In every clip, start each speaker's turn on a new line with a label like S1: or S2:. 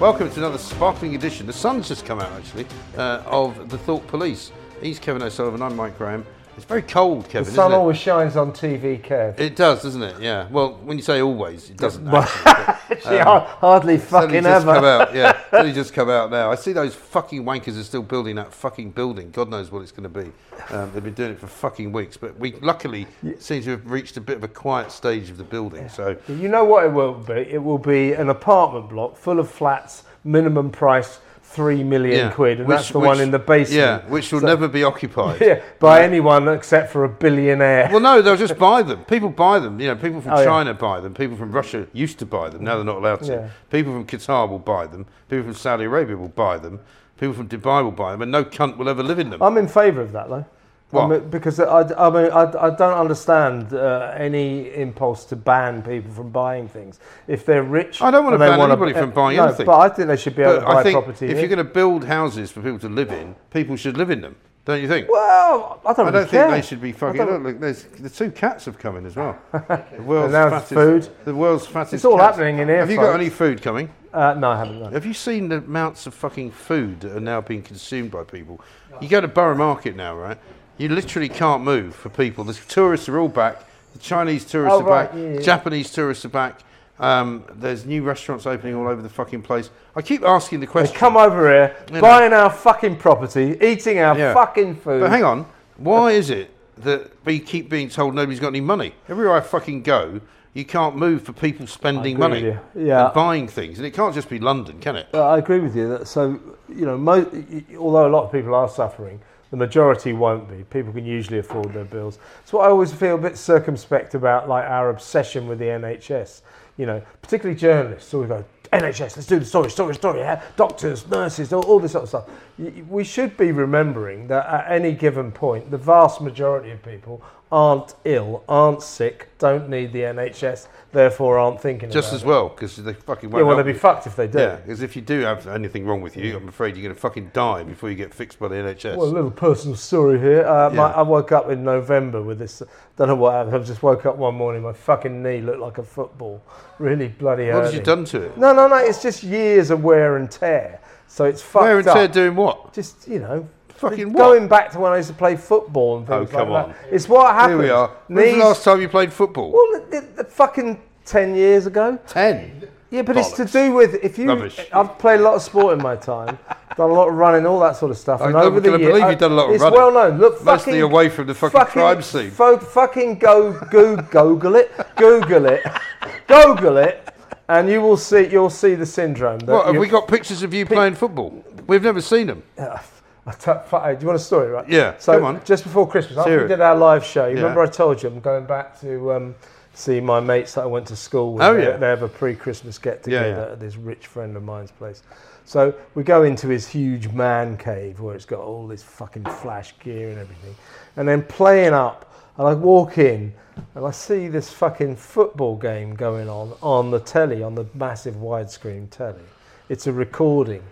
S1: Welcome to another sparkling edition. The sun's just come out actually uh, of the Thought Police. He's Kevin O'Sullivan. I'm Mike Graham. It's very cold, Kevin.
S2: The sun
S1: isn't it?
S2: always shines on TV, Kev.
S1: It does, doesn't it? Yeah. Well, when you say always, it doesn't.
S2: Well,
S1: actually, but
S2: Actually, har- hardly
S1: um, it's only
S2: fucking
S1: just
S2: ever.
S1: Come out. Yeah. It's only just come out now. I see those fucking wankers are still building that fucking building. God knows what it's going to be. Um, they've been doing it for fucking weeks, but we luckily seem to have reached a bit of a quiet stage of the building. So
S2: You know what it will be? It will be an apartment block full of flats, minimum price three million quid, and
S1: which-
S2: that's the
S1: which-
S2: one in the basement.
S1: Yeah, which will never be occupied.
S2: Yeah, by anyone except for a billionaire.
S1: Well, no, they'll just buy them. People buy them. You know, people from
S2: Oh, yeah.
S1: China buy them. People from Russia used to buy them. Now they're not allowed to.
S2: Yeah.
S1: People from Qatar will buy them. People from Saudi Arabia will buy them. People from Dubai will buy them, and no cunt will ever live in them.
S2: I'm in favour of that, though.
S1: What?
S2: I'm- because I, I, mean, I, I don't understand uh, any impulse to ban people from buying things. If they're rich,
S1: I don't wanna
S2: and they
S1: ban
S2: wanna-
S1: anybody from buying
S2: no,
S1: anything.
S2: But I think they should be able
S1: But
S2: to
S1: I
S2: buy
S1: think
S2: property.
S1: if you're going to build houses for people to live in, people should live in them, don't you think?
S2: well, I don't,
S1: I
S2: really
S1: don't think
S2: care.
S1: they should be fucking.
S2: don't-
S1: Look, look, there's the two cats have come in as well. The world's
S2: now
S1: fattest,
S2: it's food.
S1: The world's fattest.
S2: It's all
S1: cats.
S2: happening in here,
S1: Have you got
S2: folks.
S1: any food coming?
S2: Uh, no, I haven't. no.
S1: Have you seen the amounts of fucking food that are now being consumed by people? You go to Borough Market now, right? You literally can't move for people. The tourists are all back. The Chinese tourists
S2: Oh,
S1: are back.
S2: right, yeah, yeah.
S1: Japanese tourists are back. Um, there's new restaurants opening all over the fucking place. I keep asking the question.
S2: Come over here,
S1: You know.
S2: buying our fucking property, eating our
S1: Yeah.
S2: fucking food.
S1: But hang on, why is it that we keep being told nobody's got any money? Everywhere I fucking go, you can't move for people spending
S2: agree
S1: money,
S2: with you. Yeah.
S1: and buying things, and it can't just be London, can it?
S2: Uh, I agree with you. That, so, you know, mo- y- y- although a lot of people are suffering, the majority won't be. People can usually afford their bills. So I always feel a bit circumspect about like our obsession with the NHS. You know, particularly journalists always go, NHS, let's do the story, story, story. Yeah? Doctors, nurses, all, all this sort of stuff. Y- y- We should be remembering that at any given point, the vast majority of people aren't ill, aren't sick, don't need the NHS, therefore aren't thinking
S1: Just
S2: about
S1: as
S2: it.
S1: well, because they fucking won't
S2: Yeah, well,
S1: help
S2: they'd
S1: you.
S2: be fucked if they do.
S1: Yeah, because if you do have anything wrong with you, I'm afraid you're going to fucking die before you get fixed by the NHS.
S2: Well, a little personal story here. Uh, my,
S1: Yeah.
S2: I woke up in November with this. Don't know what happened. I just woke up one morning. My fucking knee looked like a football. Really bloody.
S1: what have you
S2: hurting.
S1: done to it?
S2: No, no, no. It's just years of wear and tear. So it's fucked
S1: Wear and
S2: up.
S1: tear doing what?
S2: Just you know.
S1: Fucking what?
S2: going back to when I used to play football and
S1: Oh,
S2: things
S1: come
S2: like
S1: on.
S2: that. It's what
S1: Here
S2: happened.
S1: we are. When's
S2: Knees.
S1: the last time you played football?
S2: well, the, the, the fucking ten years ago.
S1: Ten.
S2: Yeah, but
S1: Bollocks.
S2: it's to do with if you.
S1: Rubbish.
S2: I've played a lot of sport in my time, done a lot of running, all that sort of stuff.
S1: I-
S2: and
S1: I
S2: over the
S1: can
S2: year-
S1: believe
S2: I-
S1: you've done a lot of
S2: it's
S1: running.
S2: well known. Look,
S1: Mostly
S2: fucking-
S1: away from the fucking crime scene.
S2: fo- fucking go, go, Google it, Google it, Google it, and you will see. You'll see the syndrome. that
S1: What, have
S2: you-
S1: we got pictures of you playing football? We've never seen them.
S2: I t- fu- hey, do you want a story, right?
S1: Yeah,
S2: So
S1: come on.
S2: just before Christmas,
S1: Hear
S2: after
S1: it.
S2: we did our live show, you
S1: Yeah.
S2: remember I told you I'm going back to um, see my mates that I went to school with.
S1: Oh,
S2: they,
S1: yeah.
S2: they have a pre-Christmas get together
S1: yeah.
S2: at this rich friend of mine's place. So we go into his huge man cave where it's got all this fucking flash gear and everything, and then playing up. And I walk in and I see this fucking football game going on on the telly, on the massive widescreen telly. It's a recording.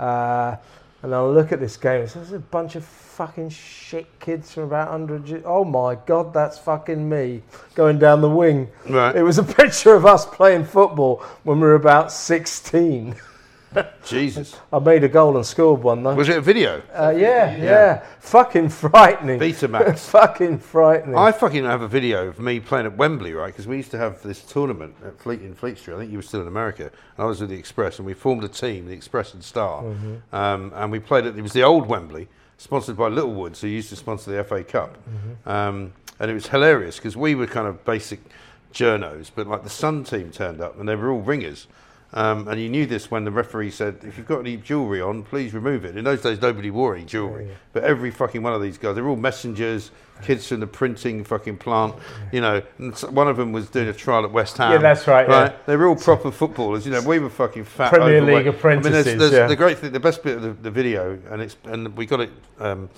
S2: Uh, and I look at this game, it's just a bunch of fucking shit kids from about 100 years. Oh my god, that's fucking me going down the wing.
S1: Right.
S2: It was a picture of us playing football when we were about 16.
S1: Jesus.
S2: I made a goal and scored one though.
S1: Was it a video?
S2: Uh, yeah, yeah, Fucking frightening.
S1: Betamax.
S2: fucking frightening.
S1: I fucking have a video of me playing at Wembley, right? Because we used to have this tournament at Fleet in Fleet Street. I think you were still in America. And I was with the Express, and we formed a team, the Express and Star, um, and we played at. It was the old Wembley, sponsored by Littlewood, who used to sponsor the FA Cup. Um, and it was hilarious because we were kind of basic journos, but like the Sun team turned up, and they were all ringers. Um, and you knew this when the referee said, if you've got any jewellery on, please remove it. In those days, nobody wore any jewellery. But every fucking one of these guys, they're all messengers, kids from the printing fucking plant, you know. And s- one of them was doing a trial at West Ham.
S2: Yeah, that's right, yeah.
S1: They were all proper footballers, you know. We were fucking fat.
S2: Premier
S1: overweight.
S2: League
S1: I
S2: apprentices,
S1: mean, there's, there's
S2: yeah.
S1: the great thing, the best bit of the, the video, and it's and we got it um,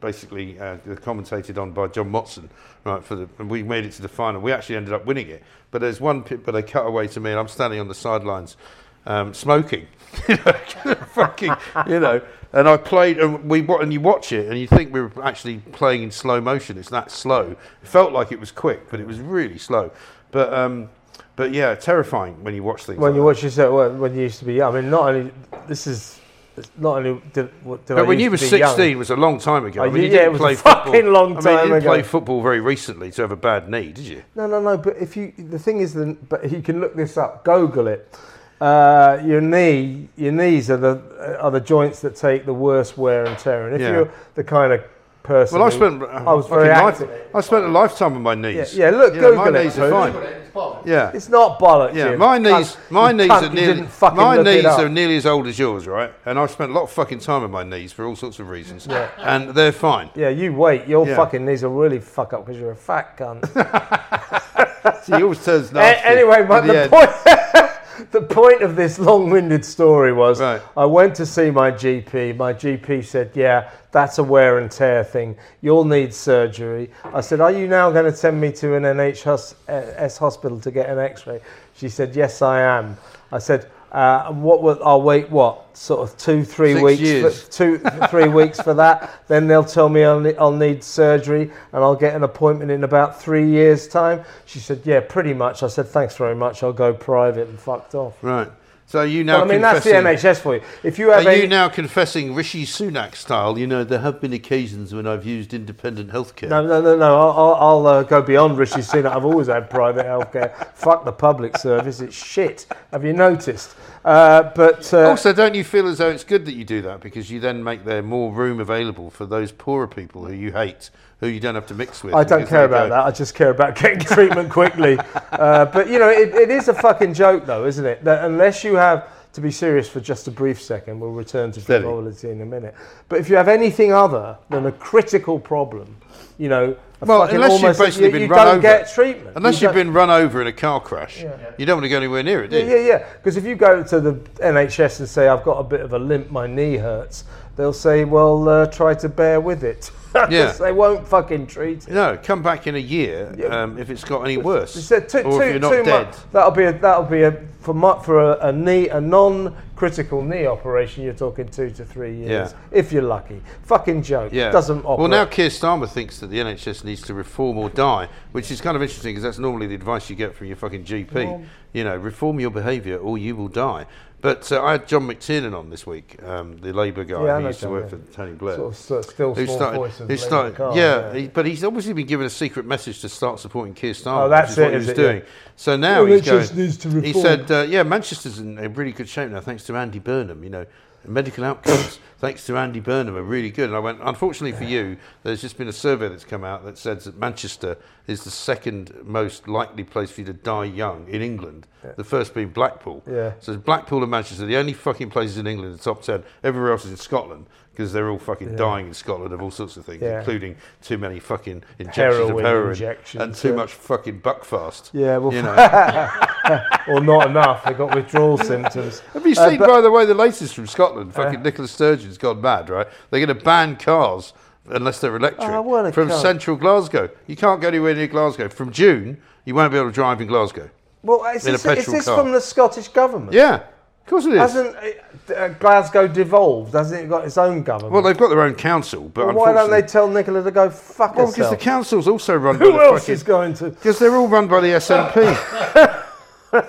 S1: basically uh, commentated on by John Watson, right? For the and we made it to the final. We actually ended up winning it, but there's one bit, but they cut away to me, and I'm standing on the sidelines. Um, smoking, you know, fucking, you know, and I played, and we wa- and you watch it, and you think we were actually playing in slow motion. It's that slow. It felt like it was quick, but it was really slow. But um, but yeah, terrifying when you watch things.
S2: When
S1: like
S2: you
S1: that.
S2: watch yourself when- when you used to be young, I mean, not only this is it's not only did, what did I
S1: But when
S2: used
S1: you were
S2: to be young.
S1: 16 was a long time ago.
S2: Oh,
S1: I mean,
S2: yeah,
S1: you didn't
S2: it was a
S1: play
S2: fucking
S1: football.
S2: long
S1: I mean,
S2: time
S1: you didn't
S2: ago.
S1: play football very recently to have a bad knee, did you?
S2: No, no, no. But if you, the thing is, then, but you can look this up. Google it. Uh, your knee, your knees are the uh, are the joints that take the worst wear and tear. And if
S1: Yeah.
S2: you're the kind of person,
S1: Well, I
S2: who-
S1: spent. uh,
S2: I was very
S1: fucking
S2: active.
S1: life, I spent a lifetime with my knees.
S2: Yeah, yeah, look,
S1: You know,
S2: Google
S1: my
S2: it,
S1: knees are
S2: Bruce.
S1: fine. Yeah,
S2: It's not bollocks.
S1: yeah.
S2: you
S1: My
S2: cunt.
S1: knees, my
S2: You
S1: knees
S2: cunt,
S1: are
S2: you
S1: nearly,
S2: didn't fucking
S1: my
S2: look it
S1: knees
S2: up.
S1: are nearly as old as yours, right? And I've spent a lot of fucking time with my knees for all sorts of reasons, and they're fine.
S2: Yeah, you wait. Your
S1: Yeah.
S2: fucking knees will really fuck up because you're a fat cunt.
S1: So he always turns
S2: A-
S1: nasty.
S2: anyway, but
S1: in the
S2: the
S1: end.
S2: point, the point of this long-winded story was
S1: Right.
S2: I went to see my GP. My GP said, "Yeah, that's a wear and tear thing. You'll need surgery." I said, "Are you now going to send me to an NHS eh, hospital to get an X-ray?" She said, "Yes, I am." I said. Uh, and what will I'll wait? What sort of two, three
S1: Six
S2: weeks?
S1: years.
S2: For, two, three weeks for that. Then they'll tell me I'll, ne- I'll need surgery and I'll get an appointment in about three years' time. She said, Yeah, pretty much. I said, Thanks very much. I'll go private and fucked off.
S1: Right. So you now.
S2: But, I mean, that's the
S1: confessing-
S2: NHS for you. If you have
S1: Are
S2: any.
S1: you now confessing Rishi Sunak style? You know, there have been occasions when I've used independent healthcare.
S2: no, no, no, no. I'll, I'll, I'll uh, go beyond Rishi Sunak. I've always had private healthcare. Fuck the public service. It's shit. Have you noticed? Uh, but uh,
S1: Also, don't you feel as though it's good that you do that because you then make there more room available for those poorer people who you hate, who you don't have to mix with?
S2: I don't
S1: because
S2: care
S1: they
S2: about
S1: go-
S2: that. I just care about getting treatment quickly. Uh, but you know, it, it is a fucking joke, though, isn't it? That unless you have to be serious for just a brief second, we'll return to
S1: Steady.
S2: frivolity in a minute. But if you have anything other than a critical problem, you know, a
S1: Well,
S2: fucking
S1: unless you've
S2: almost,
S1: basically
S2: you,
S1: been
S2: you
S1: run
S2: don't
S1: over.
S2: get treatment
S1: Unless
S2: You
S1: you've
S2: don't-
S1: been run over in a car crash, you don't want to go anywhere near it, do you?
S2: yeah, yeah. Because if you go to the NHS and say I've got a bit of a limp, my knee hurts, they'll say, "Well, uh, try to bear with it." 'Cause
S1: Yeah.
S2: they won't fucking treat it.
S1: No, come back in a year um, if it's got any worse,
S2: So two,
S1: or
S2: two-
S1: if you're not
S2: two
S1: dead.
S2: months. That'll be a, that'll be a for mu- for a, a knee a non-critical knee operation. You're talking two to three years if you're lucky. Fucking joke.
S1: Yeah.
S2: Doesn't operate.
S1: Well, now Keir Starmer thinks that the NHS needs to reform or die, which is kind of interesting because that's normally the advice you get from your fucking GP. You know, reform your behaviour or you will die. But uh, I had John McTiernan on this week, um, the Labour guy
S2: Yeah, I
S1: who
S2: know
S1: used to
S2: John,
S1: work
S2: yeah.
S1: for Tony Blair.
S2: sort of s- still
S1: who
S2: small
S1: started,
S2: voice of
S1: who
S2: Lady
S1: started
S2: Gaga,
S1: yeah, he- but he's obviously been given a secret message to start supporting Keir Starmer,
S2: Oh, that's
S1: which is what
S2: it,
S1: he
S2: is
S1: was
S2: it?
S1: doing.
S2: Yeah.
S1: So now
S2: Well,
S1: he's
S2: they just
S1: going,
S2: needs to
S1: he
S2: reform.
S1: said, uh, yeah, Manchester's in a really good shape now, thanks to Andy Burnham, you know. Medical outcomes, thanks to Andy Burnham, are really good. And I went, unfortunately for you, there's just been a survey that's come out that says that Manchester is the second most likely place for you to die young in England, the first being Blackpool.
S2: Yeah.
S1: So it's Blackpool and Manchester, the only fucking places in England in the top 10. Everywhere else is in Scotland because they're all fucking dying in Scotland of all sorts of things,
S2: Yeah.
S1: including too many fucking injections of
S2: Heroin
S1: heroin
S2: injections,
S1: and too
S2: yeah.
S1: much fucking buckfast.
S2: Yeah, well-
S1: you know.
S2: or not enough. They got withdrawal symptoms.
S1: Have you
S2: Uh,
S1: seen,
S2: but- Uh.
S1: by the way, the latest from Scotland? Fucking Nicola Sturgeon's gone mad, right? They're going to ban cars unless they're electric
S2: Oh, what a
S1: from
S2: cunt.
S1: central Glasgow. You can't go anywhere near Glasgow. From June, you won't be able to drive in Glasgow.
S2: well, is
S1: in a
S2: this, is
S1: petrol
S2: this
S1: car.
S2: from the Scottish government?
S1: Yeah, of course it is.
S2: Hasn't uh, uh, Glasgow devolved? Hasn't it got its own government?
S1: well, they've got their own council, but
S2: Well, why don't
S1: unfortunately-
S2: they tell Nicola to go fuck
S1: Well, because
S2: herself?
S1: the council's also run by
S2: Who
S1: the
S2: else
S1: fucking.
S2: is going to?
S1: Because they're all run by the SNP.
S2: I,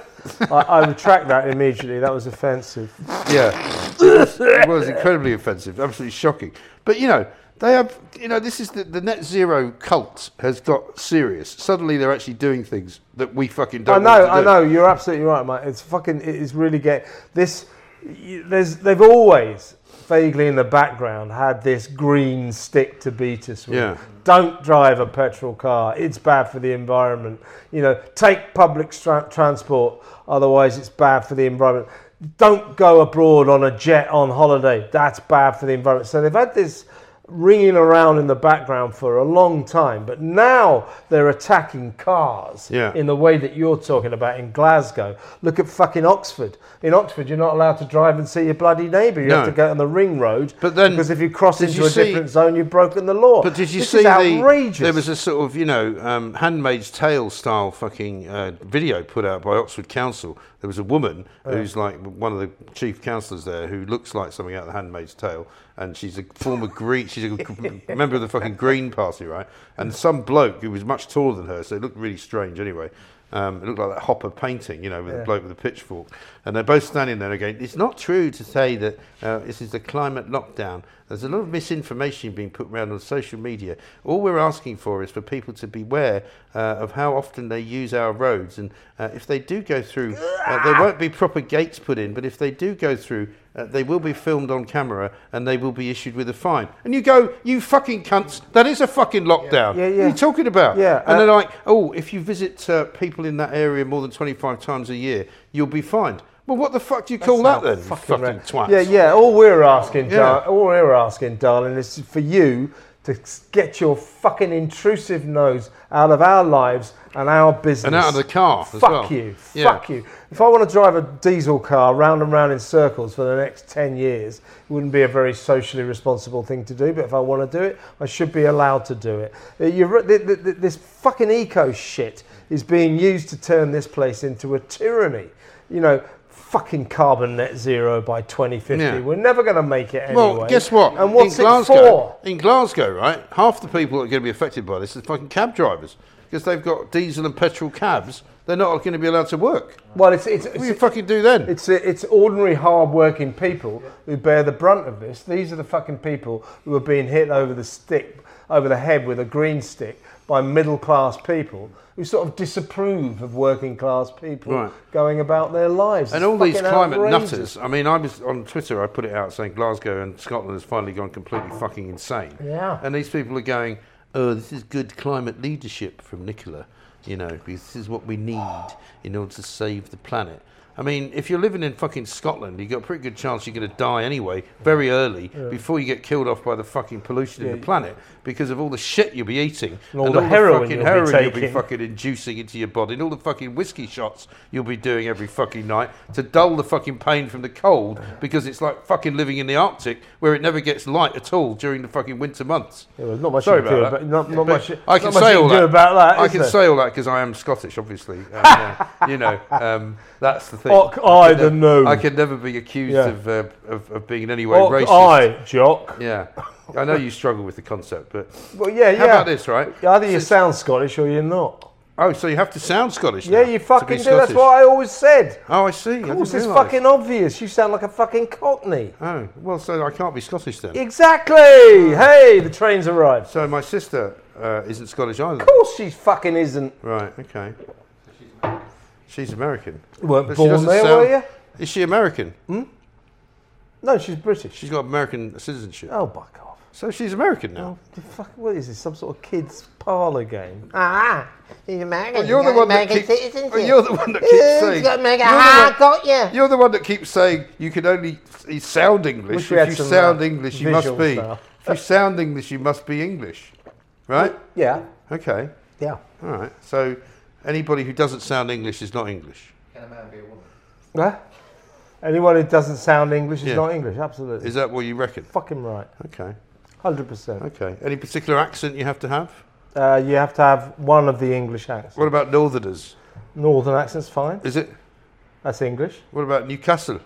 S2: I retract that immediately. That was offensive.
S1: yeah, it was, it was incredibly offensive, absolutely shocking. But you know, they have. You know, this is the, the net zero cult has got serious. Suddenly, they're actually doing things that we fucking
S2: I
S1: don't.
S2: know,
S1: want to
S2: I
S1: do.
S2: know. You're absolutely right, mate. It's fucking. It is really get this. you- there's they've always vaguely in the background had this green stick to beat us with.
S1: Yeah.
S2: Don't drive a petrol car; it's bad for the environment. You know, take public stra- transport, otherwise it's bad for the environment. Don't go abroad on a jet on holiday; that's bad for the environment. So they've had this ringing around in the background for a long time, but now they're attacking cars
S1: Yeah.
S2: in the way that you're talking about in Glasgow. Look at fucking Oxford. In Oxford, you're not allowed to drive and see your bloody neighbour. You have
S1: No.
S2: to go on the ring road.
S1: But then-
S2: because if you cross
S1: did
S2: into
S1: you
S2: a
S1: see-
S2: different zone, you've broken the law.
S1: But did you
S2: this
S1: see
S2: is outrageous.
S1: the? There was a sort of you know um, Handmaid's Tale style fucking uh, video put out by Oxford Council. There was a woman who's like one of the chief councillors there who looks like something out of the Handmaid's Tale, and she's a former Green. She's a g- member of the fucking Green Party, right? And some bloke who was much taller than her, so it looked really strange. Anyway. Um, it looked like that Hopper painting, you know, with the bloke with the pitchfork. And they're both standing there again. It's not true to say that uh, this is the climate lockdown. There's a lot of misinformation being put around on social media. All we're asking for is for people to beware uh, of how often they use our roads. And uh, if they do go through, uh, there won't be proper gates put in, but if they do go through, uh, they will be filmed on camera and they will be issued with a fine. And you go, you fucking cunts, that is a fucking lockdown.
S2: Yeah,
S1: What
S2: yeah.
S1: are you talking about?
S2: Yeah,
S1: And
S2: uh,
S1: then like, oh, if you visit uh, people in that area more than 25 times a year, you'll be fined. Well, what the fuck do you call that then? Fucking,
S2: Right.
S1: twats.
S2: Oh, Yeah, yeah. All we're asking,
S1: Yeah.
S2: dar- all we're asking, darling, is for you to s- get your fucking intrusive nose out of our lives and our business,
S1: And out of the car as
S2: Fuck
S1: well.
S2: you,
S1: Yeah.
S2: fuck you. If I want to drive a diesel car round and round in circles for the next ten years, it wouldn't be a very socially responsible thing to do. But if I want to do it, I should be allowed to do it. Uh, You're, ri- th- th- th- this fucking eco shit is being used to turn this place into a tyranny. You know. Fucking carbon net zero by 2050.
S1: Yeah.
S2: We're never going to make it
S1: Well,
S2: anyway.
S1: guess what?
S2: And what's
S1: in Glasgow,
S2: it for?
S1: In Glasgow, right, half the people that are going to be affected by this is fucking cab drivers because they've got diesel and petrol cabs. They're not going to be allowed to work.
S2: Well, it's it's
S1: What
S2: it's,
S1: do you fucking do then?
S2: it's, it's ordinary hard-working people who bear the brunt of this. These are the fucking people who are being hit over the stick, over the head with a green stick by middle-class people who sort of disapprove of working-class people
S1: Right.
S2: going about their lives.
S1: and
S2: It's
S1: all these
S2: fucking
S1: climate
S2: outrageous.
S1: nutters. I mean, I was on Twitter. I put it out saying Glasgow and Scotland has finally gone completely fucking insane.
S2: Yeah.
S1: And these people are going, "Oh, this is good climate leadership from Nicola. You know, because this is what we need in order to save the planet." I mean, if you're living in fucking Scotland, you've got a pretty good chance you're going to die anyway, very early, before you get killed off by the fucking pollution in the planet because of all the shit you'll be eating and
S2: all the heroin
S1: fucking
S2: you'll be
S1: heroin you'll be
S2: taking.
S1: fucking inducing into your body, and all the fucking whiskey shots you'll be doing every fucking night to dull the fucking pain from the cold, because it's like fucking living in the Arctic where it never gets light at all during the fucking winter months.
S2: Yeah, well, not much
S1: Sorry
S2: you can do
S1: about
S2: about
S1: that.
S2: not, not
S1: But
S2: much.
S1: I
S2: not
S1: can
S2: much
S1: say
S2: you
S1: all
S2: do
S1: that.
S2: about that.
S1: I
S2: is
S1: can
S2: there?
S1: say all that because I am Scottish, obviously. Um, yeah, you know, um, that's the thing.
S2: Och,
S1: I
S2: I
S1: can
S2: don't
S1: nev-
S2: know.
S1: I can never be accused
S2: Yeah.
S1: of, uh, of of being in any way
S2: Och,
S1: racist.
S2: aye, jock.
S1: Yeah, I know you struggle with the concept, but
S2: Well, yeah, yeah.
S1: how about this, right?
S2: Either you sound Scottish or you're not.
S1: Oh, so you have to sound Scottish?
S2: Yeah,
S1: now to
S2: you
S1: be
S2: fucking do. That's
S1: Scottish.
S2: what I always said.
S1: Oh, I see. I
S2: Of course,
S1: didn't
S2: it's
S1: realise.
S2: fucking obvious. You sound like a fucking cockney.
S1: Oh, well, so I can't be Scottish then.
S2: Exactly. Hey, the train's arrived.
S1: So my sister uh, isn't Scottish either.
S2: Of course, she fucking isn't.
S1: Right, okay. She's American.
S2: You weren't
S1: But she
S2: born
S1: doesn't
S2: there,
S1: sound-
S2: were you?
S1: Is she American?
S2: No, she's British.
S1: She's got American citizenship.
S2: Oh, fuck off.
S1: So she's American now.
S2: The fuck, what is this? Some sort of kids' parlor game? Ah, he's American.
S1: Well, you're the one that keeps, well, you're the one that keeps saying. you're the one-
S2: you.
S1: You're the one that keeps saying you can only you sound English.
S2: Wish we had
S1: If you
S2: some, uh,
S1: sound English, you must
S2: visuals
S1: be.
S2: now.
S1: If you sound English, you must be English, right?
S2: Yeah,
S1: Okay.
S2: yeah.
S1: All right. So anybody who doesn't sound English is not English.
S2: Huh? Anyone who doesn't sound English is
S1: Yeah.
S2: not English. Absolutely.
S1: Is that what you reckon?
S2: fucking right.
S1: Okay.
S2: 100%.
S1: Okay. Any particular accent you have to have?
S2: Uh, you have to have one of the English accents.
S1: What about Northerners?
S2: Northern accent's fine.
S1: Is it?
S2: That's English.
S1: What about Newcastle?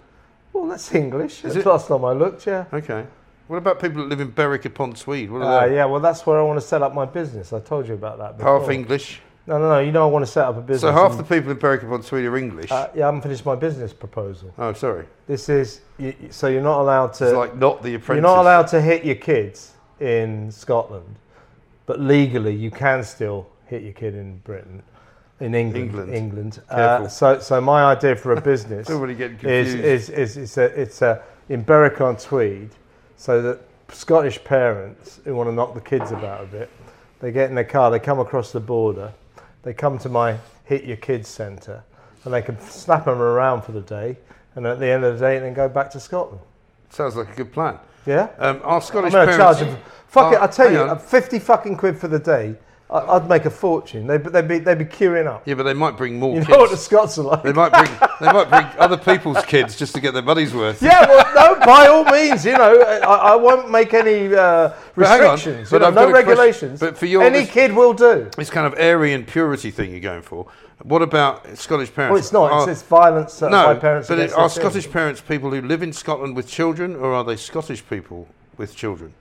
S2: Well, that's English. That's
S1: it?
S2: last time I looked, yeah.
S1: Okay. What about people that live in Berwick upon Tweed? What are
S2: Uh,
S1: they?
S2: yeah, well, that's where I want to set up my business. I told you about that. Before.
S1: Half English.
S2: No, no, no. You know, I want to set up a business.
S1: So half
S2: and-
S1: the people in Berwick upon Tweed are English.
S2: Uh, yeah, I haven't finished my business proposal.
S1: oh, sorry.
S2: This is you, you- so you're not allowed to.
S1: It's like not the
S2: you're
S1: apprentice.
S2: not allowed to hit your kids in Scotland, but legally you can still hit your kid in Britain. in England.
S1: England.
S2: England.
S1: Careful.
S2: Uh, so, so my idea for a business
S1: Everybody getting
S2: is,
S1: confused.
S2: is, is it's a, it's a in Berwick on Tweed, so that Scottish parents who want to knock the kids about a bit, they get in their car, they come across the border, they come to my hit your kids centre, and they can slap them around for the day, and at the end of the day, then go back to Scotland.
S1: Sounds like a good plan.
S2: Yeah.
S1: Um, our Scottish
S2: I'm going to charge
S1: parents.
S2: them. Fuck it,
S1: Oh,
S2: I tell
S1: hang
S2: you,
S1: on.
S2: uh, 50 fucking quid for the day. I- I'd make a fortune. They'd, be- they'd, be, they'd be queuing up.
S1: Yeah, but they might bring more
S2: You
S1: kids.
S2: know what the Scots are like.
S1: They might bring they might bring other people's kids just to get their money's worth.
S2: yeah, well, no, by all means, you know, I, I won't make any uh,
S1: But hang on,
S2: restrictions.
S1: but
S2: you know,
S1: I've got
S2: no
S1: a question.
S2: regulations.
S1: But for your-
S2: any
S1: this-
S2: kid will do.
S1: This kind of Aryan purity thing you're going for. What about Scottish parents?
S2: Well, it's not.
S1: Are-
S2: it's, it's violence uh, by
S1: Oh, no,
S2: parents.
S1: but it,
S2: against
S1: are
S2: their children.
S1: Scottish parents people who live in Scotland with children, or are they Scottish people with children?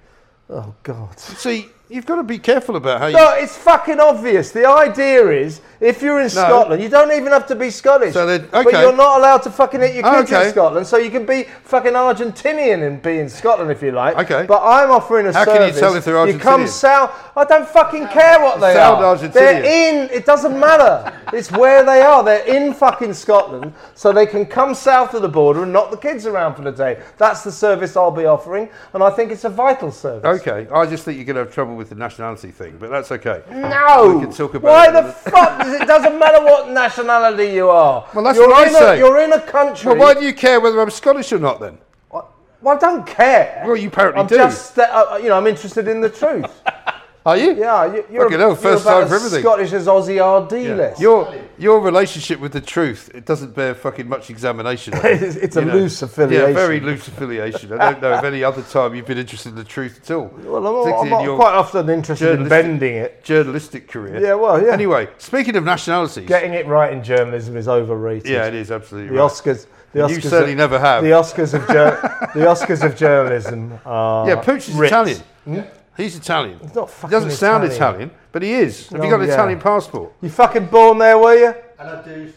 S2: Oh God.
S1: See, you've got to be careful about how you.
S2: No, it's fucking obvious. The idea is, if you're in Scotland, you don't even have to be Scottish.
S1: So then-
S2: But
S1: okay.
S2: you're not allowed to fucking hit your
S1: Oh,
S2: kids
S1: okay.
S2: in Scotland, so you can be fucking Argentinian and be in Scotland if you like.
S1: Okay.
S2: But I'm offering a
S1: How can you
S2: service.
S1: tell if they're
S2: You come
S1: Argentinian?
S2: south. I don't fucking care what they
S1: Sound
S2: are.
S1: Argentinian.
S2: They're in. It doesn't matter. it's where they are. They're in fucking Scotland, so they can come south of the border and knock the kids around for the day. That's the service I'll be offering, and I think it's a vital service.
S1: Okay, I just think you're going to have trouble with the nationality thing, but that's okay.
S2: No.
S1: We can talk about
S2: Why
S1: it
S2: the
S1: another-
S2: fuck? Does it doesn't matter what nationality you are.
S1: Well, that's
S2: you're
S1: what I
S2: in
S1: say.
S2: A, you're in a country.
S1: Well, why do you care whether I'm Scottish or not then?
S2: Well, I don't care.
S1: Well, you apparently
S2: I'm
S1: do.
S2: Just, uh, uh, you know, I'm interested in the truth.
S1: Are you?
S2: yeah, you, you're,
S1: Fucking hell, first
S2: you're about
S1: time
S2: as
S1: for everything.
S2: Scottish as Aussie RD list.
S1: Your your relationship with the truth it doesn't bear fucking much examination. I think.
S2: It's- it's
S1: You
S2: a loose
S1: Yeah,
S2: affiliation.
S1: very loose affiliation. I don't know of any other time you've been interested in the truth at all.
S2: well, I'm- I'm,
S1: Particularly in
S2: not
S1: your
S2: quite often interested in
S1: journalistic-
S2: bending it.
S1: journalistic career.
S2: Yeah, well, yeah.
S1: Anyway, speaking of nationalities,
S2: Getting it right in journalism is overrated.
S1: yeah, it is absolutely
S2: The
S1: right.
S2: Oscars. The Oscars
S1: you certainly
S2: of,
S1: never have.
S2: The Oscars of jour- the Oscars of journalism are
S1: yeah, Pooch is
S2: ripped.
S1: Italian. He's Italian. He's
S2: not
S1: he doesn't
S2: fucking
S1: sound
S2: Italian.
S1: Italian, but he is. Have you
S2: No,
S1: got an
S2: yeah.
S1: Italian passport?
S2: You fucking born there, were you?
S3: And I do.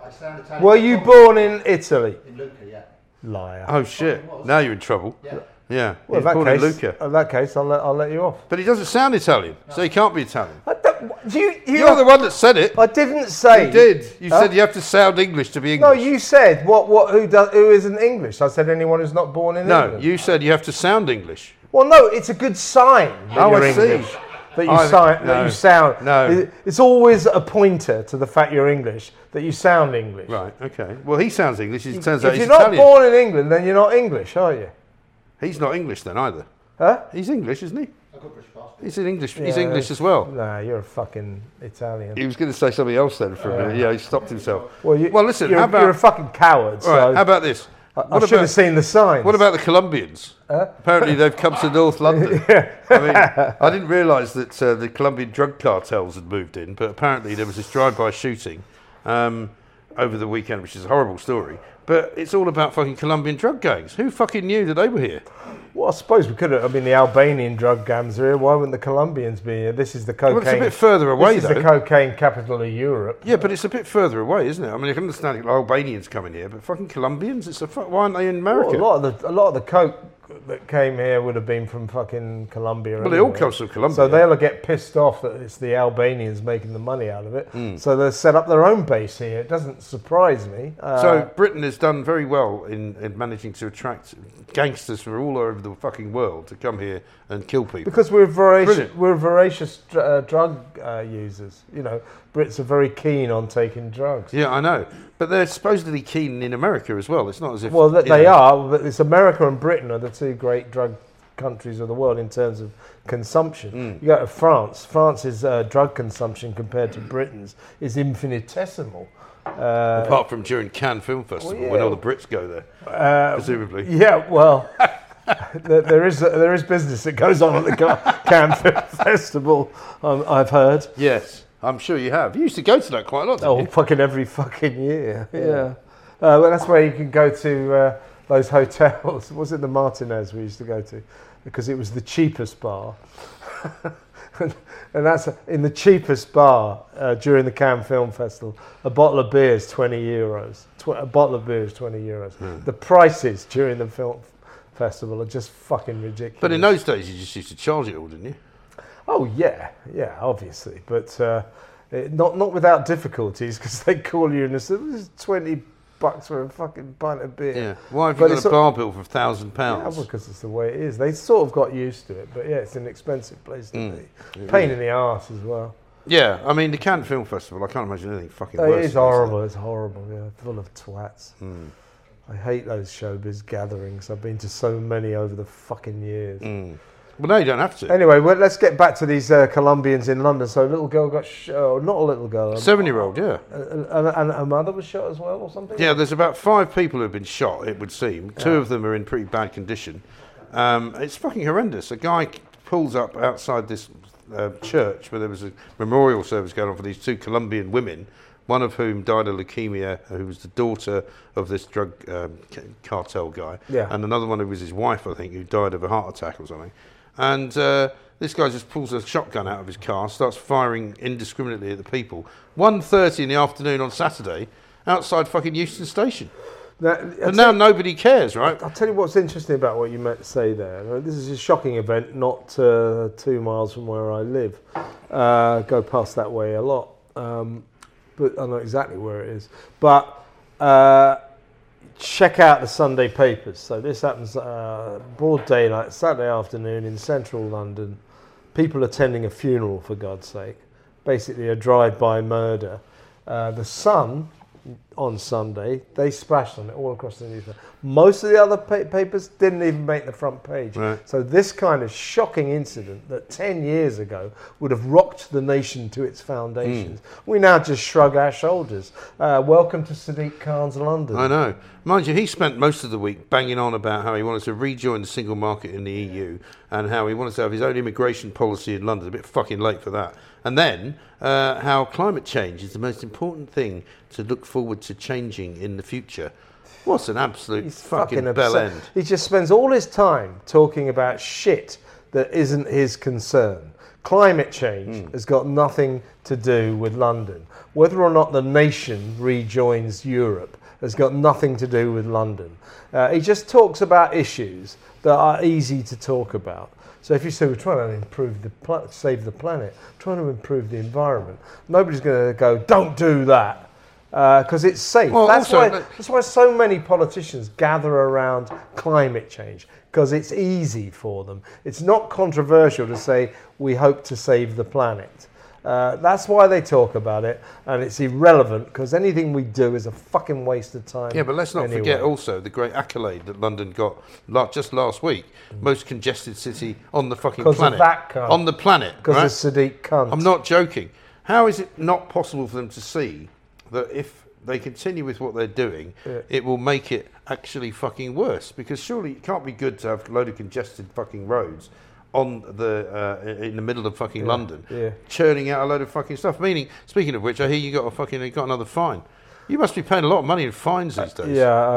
S3: I- I sound Italian.
S2: Were you born in Italy?
S3: in Lucca? Yeah.
S2: Liar.
S1: Oh shit! Now you're in trouble. Yeah. Yeah.
S2: Well,
S1: he's born
S2: in that
S1: in
S2: case, uh,
S1: Lucca,
S2: in that case, I'll let, I'll let you off.
S1: but he doesn't sound Italian, so he can't be Italian.
S2: I don't, do you, you
S1: You're the one that said it.
S2: I didn't say.
S1: You did. You
S2: Huh?
S1: said you have to sound English to be
S2: No,
S1: English.
S2: you said what? What? Who does? Who isn't English? I said anyone who's not born in
S1: No,
S2: England.
S1: you said you have to sound English.
S2: Well, no, it's a good sign that
S1: Oh, I
S2: you're
S1: see.
S2: English. That you,
S1: I-
S2: sign,
S1: no.
S2: that you sound.
S1: No.
S2: It- It's always a pointer to the fact you're English that you sound English.
S1: Right. Okay. Well, he sounds English. It turns out
S2: If
S1: he's
S2: you're not
S1: Italian.
S2: born in England, then you're not English, are you?
S1: He's not English then either.
S2: Huh?
S1: He's English, isn't he?
S3: I got British passport.
S1: He's an English. he's
S2: Yeah,
S1: English as well.
S2: Nah, you're a fucking Italian.
S1: He was going to say something else then for a minute. Yeah, he stopped himself.
S2: Well, you,
S1: listen.
S2: you're,
S1: How
S2: a-
S1: about,
S2: you're a fucking coward.
S1: all right,
S2: so
S1: how about this?
S2: I, I should have seen the signs.
S1: What about the Colombians? Apparently, they've come to North London. I mean, I didn't realise that uh, the Colombian drug cartels had moved in, but apparently there was this drive-by shooting um, over the weekend, which is a horrible story. But it's all about fucking Colombian drug gangs. Who fucking knew that they were here?
S2: Well, I suppose we could have. I mean, the Albanian drug gangs are here. Why wouldn't the Colombians be here? This is the cocaine.
S1: Well, it's a bit further away,
S2: This is
S1: though.
S2: the cocaine capital of Europe.
S1: Yeah, but it's a bit further away, isn't it? I mean, I can understand Albanians coming here, but fucking Colombians? It's a fu- why aren't they in
S2: Well,
S1: America?
S2: a lot of the a lot of the coke that came here would have been from fucking Colombia.
S1: Well, it all
S2: anyway.
S1: comes from Colombia.
S2: So they'll get pissed off that it's the Albanians making the money out of it.
S1: Hmm.
S2: So they'll set up their own base here. It doesn't surprise me. Uh,
S1: So Britain has done very well in, in managing to attract gangsters from all over the fucking world to come here and kill people.
S2: Because we're voracious,
S1: Brilliant.
S2: we're voracious dr- uh, drug uh, users. You know, Brits are very keen on taking drugs.
S1: Yeah, I know, but they're supposedly keen in America as well. It's not as if
S2: Well, th-
S1: you
S2: they
S1: know-
S2: are, but it's America and Britain are the two great drug countries of the world in terms of consumption.
S1: Mm.
S2: You go to France, France's uh, drug consumption compared to Britain's is infinitesimal. Uh,
S1: Apart from during Cannes Film Festival, when
S2: yeah. Uh,
S1: all the Brits go there, presumably.
S2: yeah, well, there, there is there is business that goes on at the Ca- Cannes Film Festival. Um, I've heard.
S1: Yes, I'm sure you have. You used to go to that quite a lot. Didn't
S2: Oh,
S1: you?
S2: fucking every fucking year. Yeah. Uh, well, that's where you can go to uh, those hotels. Was it the Martinez we used to go to? Because it was the cheapest bar. and, and that's in the cheapest bar uh, during the Cannes Film Festival. A bottle of beer is 20 euros. Tw- a bottle of beer is 20 euros.
S1: Hmm.
S2: The prices during the film festival are just fucking ridiculous.
S1: But in those days, you just used to charge it all, didn't you?
S2: Oh yeah, yeah, obviously. But uh, It, not not without difficulties because they call you and it's "This is twenty bucks for a fucking pint of beer.
S1: Yeah. Why have
S2: But
S1: you got
S2: it's
S1: a
S2: not-
S1: bar bill for a thousand
S2: Yeah,
S1: pounds?
S2: because it's the way it is. They sort of got used to it, but yeah, it's an expensive place to
S1: Mm,
S2: be. Pain in the arse as well.
S1: Yeah, I mean the Cannes Film Festival. I can't imagine anything fucking worse. Mm.
S2: it is
S1: than this.
S2: horrible. It's horrible. Yeah, full of twats. I hate those showbiz gatherings. I've been to so many over the fucking years.
S1: Mm. Well, no, you don't have to.
S2: Anyway, well, let's get back to these uh, Colombians in London. So a little girl got shot. Oh, not a little girl. um,
S1: Seven-year-old, yeah,
S2: a- a- and, and her mother was shot as well, or something.
S1: yeah. There's about five people who've been shot. It would seem two of them are in pretty bad condition. Um, it's fucking horrendous. A guy c- pulls up outside this uh, church where there was a memorial service going on for these two Colombian women, one of whom died of leukemia, who was the daughter of this drug um, c- cartel guy,
S2: Yeah.
S1: and another one who was his wife, I think, who died of a heart attack or something. And uh, this guy just pulls a shotgun out of his car, starts firing indiscriminately at the people. 1.30 in the afternoon on Saturday, outside fucking Euston Station.
S2: Now,
S1: And now nobody cares, right?
S2: I'll tell you what's interesting about what you meant to say there. Now, This is a shocking event, not uh, two miles from where I live. Uh, go past that way a lot, um, but I know exactly where it is. But uh, check out the Sunday papers. So this happens uh, broad daylight, Saturday afternoon in central London. People attending a funeral, for God's sake. Basically, a drive-by murder. Uh, the Sun on Sunday, they splashed on it all across the newspaper. Most of the other pa- papers didn't even make the front page.
S1: Right.
S2: So this kind of shocking incident that 10 years ago would have rocked the nation to its foundations,
S1: Hmm.
S2: we now just shrug our shoulders. Uh, welcome to Sadiq Khan's London.
S1: I know. Mind you, he spent most of the week banging on about how he wanted to rejoin the single market in the EU and how he wanted to have his own immigration policy in London. A bit fucking late for that. And then uh, how climate change is the most important thing to look forward to changing in the future. What's an absolute
S2: He's
S1: fucking,
S2: fucking
S1: bell
S2: obsessed.
S1: end?
S2: He just spends all his time talking about shit that isn't his concern. Climate change
S1: Hmm.
S2: has got nothing to do with London. Whether or not the nation rejoins Europe has got nothing to do with London. Uh, he just talks about issues that are easy to talk about. So if you say we're trying to improve the pla- save the planet, trying to improve the environment, nobody's going to go, "Don't do that," because it's safe.
S1: Well,
S2: that's
S1: also,
S2: why.
S1: look-
S2: That's why so many politicians gather around climate change because it's easy for them. It's not controversial to say we hope to save the planet. Uh, that's why they talk about it, and it's irrelevant because anything we do is a fucking waste of time.
S1: Yeah, but let's not
S2: anyway.
S1: forget also the great accolade that London got la- just last week. Most congested city on the fucking
S2: 'Cause Mm. of
S1: planet.
S2: that cunt.
S1: on the planet. right?
S2: because of Sadiq Khan.
S1: I'm not joking. How is it not possible for them to see that if they continue with what they're doing, it will make it actually fucking worse? Because surely it can't be good to have a load of congested fucking roads on the uh, i- in the middle of fucking London,
S2: yeah.
S1: churning out a load of fucking stuff. Meaning, speaking of which, I hear you got a fucking you got another fine. You must be paying a lot of money in fines these days.
S2: Uh, Yeah,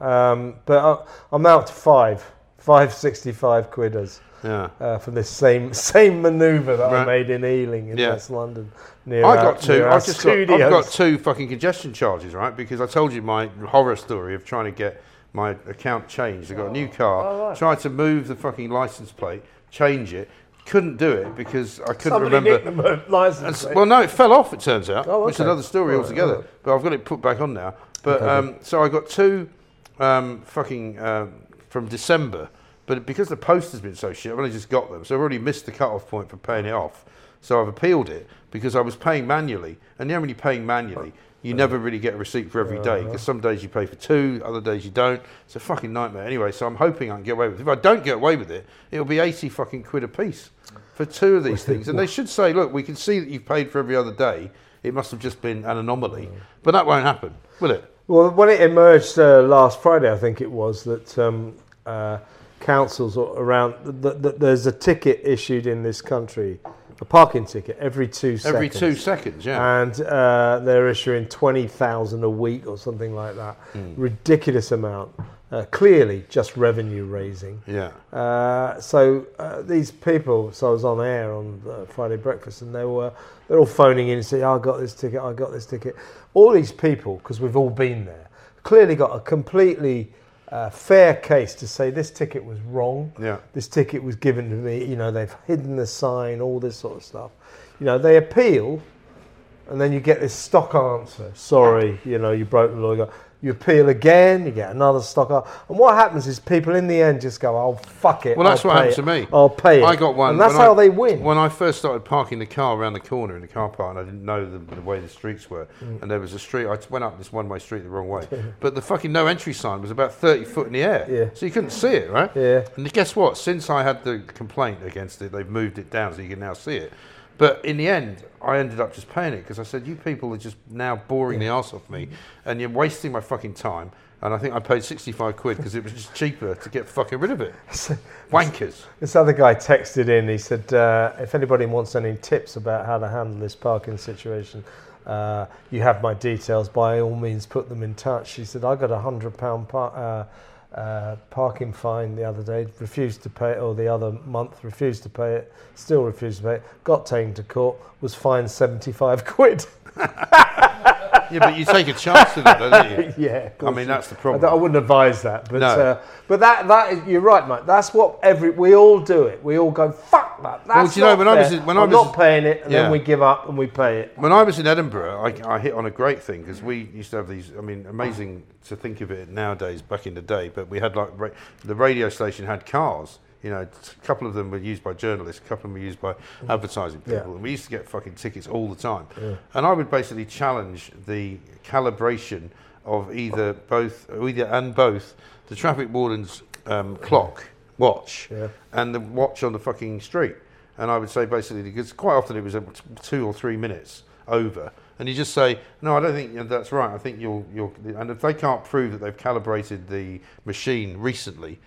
S2: I am. Um, but I, I'm out to five, five sixty-five quidders.
S1: Yeah.
S2: Uh, from this same same manoeuvre that I
S1: Right.
S2: made in Ealing in
S1: Yeah.
S2: West London. Near
S1: I
S2: our-
S1: got two.
S2: near our
S1: I've just got, I've
S2: studios.
S1: got two fucking congestion charges, right? Because I told you my horror story of trying to get my account changed. I got a new car,
S2: Oh,
S1: tried to move the fucking license plate, change it, couldn't do it because I couldn't
S2: Somebody
S1: remember.
S2: nicked them a license
S1: That's-
S2: plate.
S1: well, no, it fell off. It turns out,
S2: Oh,
S1: which is
S2: okay.
S1: another story
S2: All right, Oh.
S1: altogether.
S2: all right.
S1: But I've got it put back on now. But um, so I got two um, fucking um from December, but because the post has been so shit, I've only just got them, so I've already missed the cut-off point for paying it off. So I've appealed it because I was paying manually, and you're only paying manually.
S2: Oh.
S1: You never really get a receipt for every day because some days you pay for two, other days you don't. It's a fucking nightmare. Anyway, so I'm hoping I can get away with it. If I don't get away with it, it'll be 80 fucking quid a piece for two of these things. And they should say, look, we can see that you've paid for every other day. It must have just been an anomaly. But that won't happen, will it?
S2: Well, when it emerged uh, last Friday, I think it was that um, uh, councils a- around that, that there's a ticket issued in this country, a parking ticket every two seconds.
S1: Every two seconds, yeah.
S2: and uh, they're issuing 20,000 a week or something like that.
S1: Hmm.
S2: Ridiculous amount. Uh, clearly, just revenue raising.
S1: yeah.
S2: Uh, so uh, these people, so I was on air on uh, Friday breakfast, and they were they're all phoning in and saying, "I got this ticket, I got this ticket." All these people, because we've all been there, clearly got a completely uh, fair case to say this ticket was wrong.
S1: Yeah.
S2: this ticket was given to me. You know, they've hidden the sign, all this sort of stuff. You know, they appeal, and then you get this stock answer. Sorry,
S1: Ah.
S2: you know, you broke the law. You go- You appeal again, you get another stock answer. And what happens is people in the end just go, oh, fuck it.
S1: Well, that's
S2: I'll
S1: what happened
S2: pay
S1: to
S2: it.
S1: me.
S2: I'll pay it.
S1: I got one.
S2: And that's
S1: when I-
S2: how they win.
S1: When I first started parking the car around the corner in the car park, and I didn't know the, the way the streets were,
S2: Mm.
S1: and there was a street, I t- went up this one way street the wrong way, but the fucking no entry sign was about 30 foot in the air.
S2: Yeah.
S1: So you couldn't see it, right?
S2: Yeah.
S1: And guess what? Since I had the complaint against it, they've moved it down so you can now see it. But in the end, I ended up just paying it because I said, you people are just now boring the arse off me and you're wasting my fucking time. And I think I paid 65 quid because it was just cheaper to get fucking rid of it. Wankers.
S2: This other guy texted in. He said, uh, "If anybody wants any tips about how to handle this parking situation, uh, you have my details. By all means, put them in touch." He said, "I got a hundred pound par- uh, uh, parking fine the other day. Refused to pay it, or the other month refused to pay it. Still refused to pay it. Got taken to court. Was fined seventy five quid.
S1: Yeah, but you take a chance with it, don't you?
S2: yeah, of
S1: I
S2: course
S1: mean,
S2: you-
S1: that's the
S2: I,
S1: problem.
S2: don't- I wouldn't advise that, but
S1: No.
S2: uh, but that that is, you're right, mate. That's what every we all do it. We all go fuck that. That's
S1: do you know,
S2: not
S1: when I was
S2: fair.
S1: in- when
S2: I'm
S1: I was-
S2: not paying it, and
S1: Yeah.
S2: then we give up and we pay it.
S1: When I was in Edinburgh, I, I hit on a great thing because we used to have these. I mean, amazing to think of it nowadays. Back in the day, but we had like ra- the radio station had cars. You know, t- a couple of them were used by journalists, a couple of them were used by advertising people,
S2: Yeah.
S1: and we used to get fucking tickets all the time. And I would basically challenge the calibration of either both, either and both, the traffic warden's um, clock watch and the watch on the fucking street. And I would say basically, because quite often it was a t- two or three minutes over. And you just say, no, I don't think you know, that's right. I think you'll, you'll, and if they can't prove that they've calibrated the machine recently,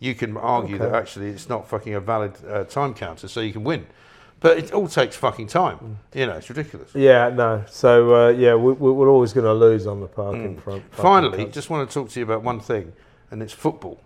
S1: you can argue that actually it's not fucking a valid uh, time counter, so you can win. But it all takes fucking time. You know, it's ridiculous.
S2: Mm. Yeah, no. So uh, yeah, we, we- we're always going to lose on the parking
S1: Hmm.
S2: front. fucking
S1: Finally,
S2: front.
S1: just want to talk to you about one thing, and it's football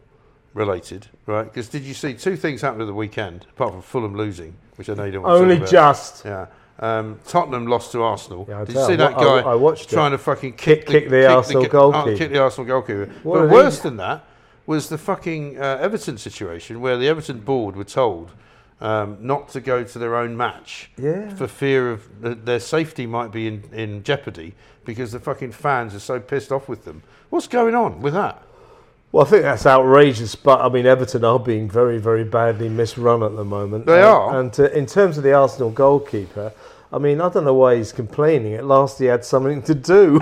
S1: related, right? Because did you see two things happen at the weekend, apart from Fulham losing, which I know you don't want
S2: only
S1: to talk about.
S2: just.
S1: Yeah. Um, Tottenham lost to Arsenal.
S2: Yeah, I
S1: Did you
S2: tell
S1: see
S2: you,
S1: that
S2: I-
S1: guy
S2: I watched it.
S1: trying to fucking kick,
S2: Kick- kick the Arsenal
S1: oh,
S2: goalkeeper.
S1: kick the Arsenal goalkeeper.
S2: What
S1: but
S2: an
S1: worse than that was the fucking uh, Everton situation where the Everton board were told um, not to go to their own match
S2: Yeah.
S1: for fear of th- their safety might be in, in jeopardy because the fucking fans are so pissed off with them. What's going on with that?
S2: Well, I think that's outrageous, but I mean, Everton are being very, very badly misrun at the moment.
S1: They
S2: And-
S1: are.
S2: And uh, in terms of the Arsenal goalkeeper, I mean, I don't know why he's complaining. At last, he had something to do.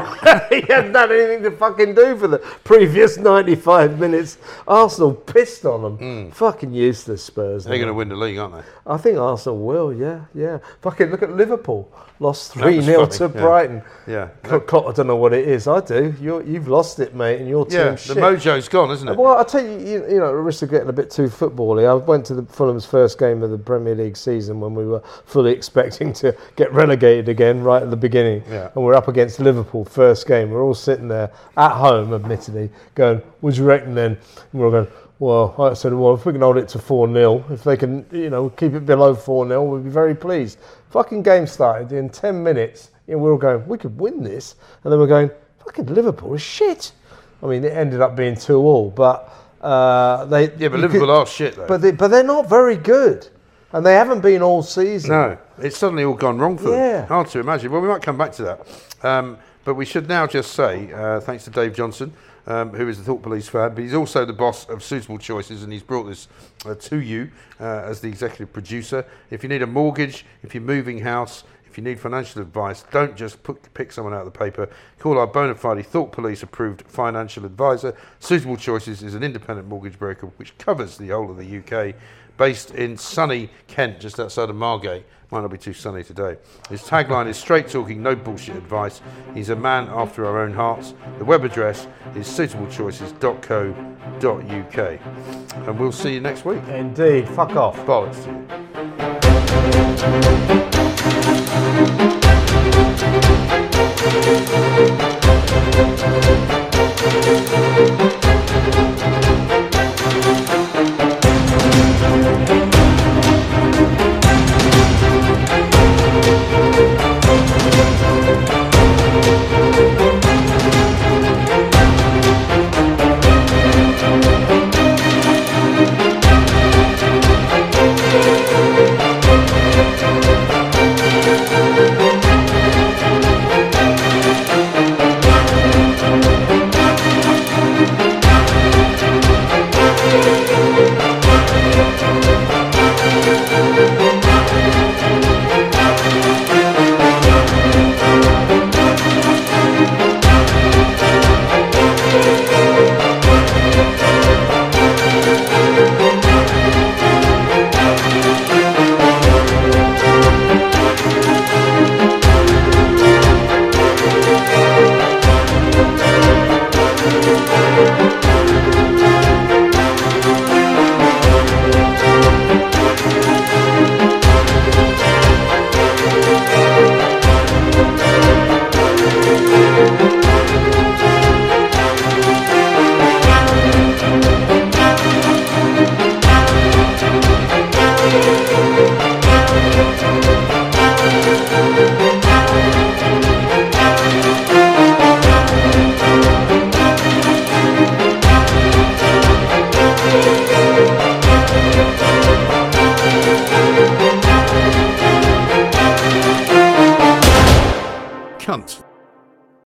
S2: he hadn't had anything to fucking do for the previous 95 minutes. Arsenal pissed on them.
S1: Hmm.
S2: Fucking useless Spurs.
S1: They're
S2: now.
S1: going to win the league, aren't they?
S2: I think Arsenal will, yeah, yeah. Fucking look at Liverpool. Lost
S1: That was
S2: 3 0 to
S1: funny, yeah.
S2: Brighton.
S1: Yeah.
S2: Cl- Klopp, I don't know what it is. I do. You're, you've lost it, mate, and your team
S1: Yeah,
S2: shit.
S1: the mojo's gone, isn't it?
S2: Well, I tell you, you, you know, at the risk of getting a bit too footbally, I went to the Fulham's first game of the Premier League season when we were fully expecting to get relegated again right at the beginning,
S1: Yeah.
S2: and we're up against Liverpool first game. We're all sitting there at home, admittedly, going, "What do you reckon?" Then and we're all going. Well, I said, well, if we can hold it to 4 0, if they can, you know, keep it below 4 0, we'll be very pleased. Fucking game started in 10 minutes, and we we're all going, we could win this. And then we're going, fucking Liverpool is shit. I mean, it ended up being two all, but uh, they
S1: yeah, but Liverpool are shit, though.
S2: but they, but they're not very good, and they haven't been all season.
S1: No, it's suddenly all gone wrong for
S2: Yeah.
S1: them. Hard to imagine. Well, we might come back to that. Um, but we should now just say, uh, thanks to Dave Johnson, um, who is the Thought Police fan, but he's also the boss of Suitable Choices, and he's brought this uh, to you uh, as the executive producer. If you need a mortgage, if you're moving house, if you need financial advice, don't just put, pick someone out of the paper. Call our bona fide Thought Police approved financial advisor. Suitable Choices is an independent mortgage broker which covers the whole of the UK, based in sunny Kent, just outside of Margate. Might not be too sunny today. His tagline is straight talking, no bullshit advice. He's a man after our own hearts. The web address is suitablechoices.co.uk. And we'll see you next week.
S2: Indeed, fuck off.
S1: Bollocks to you.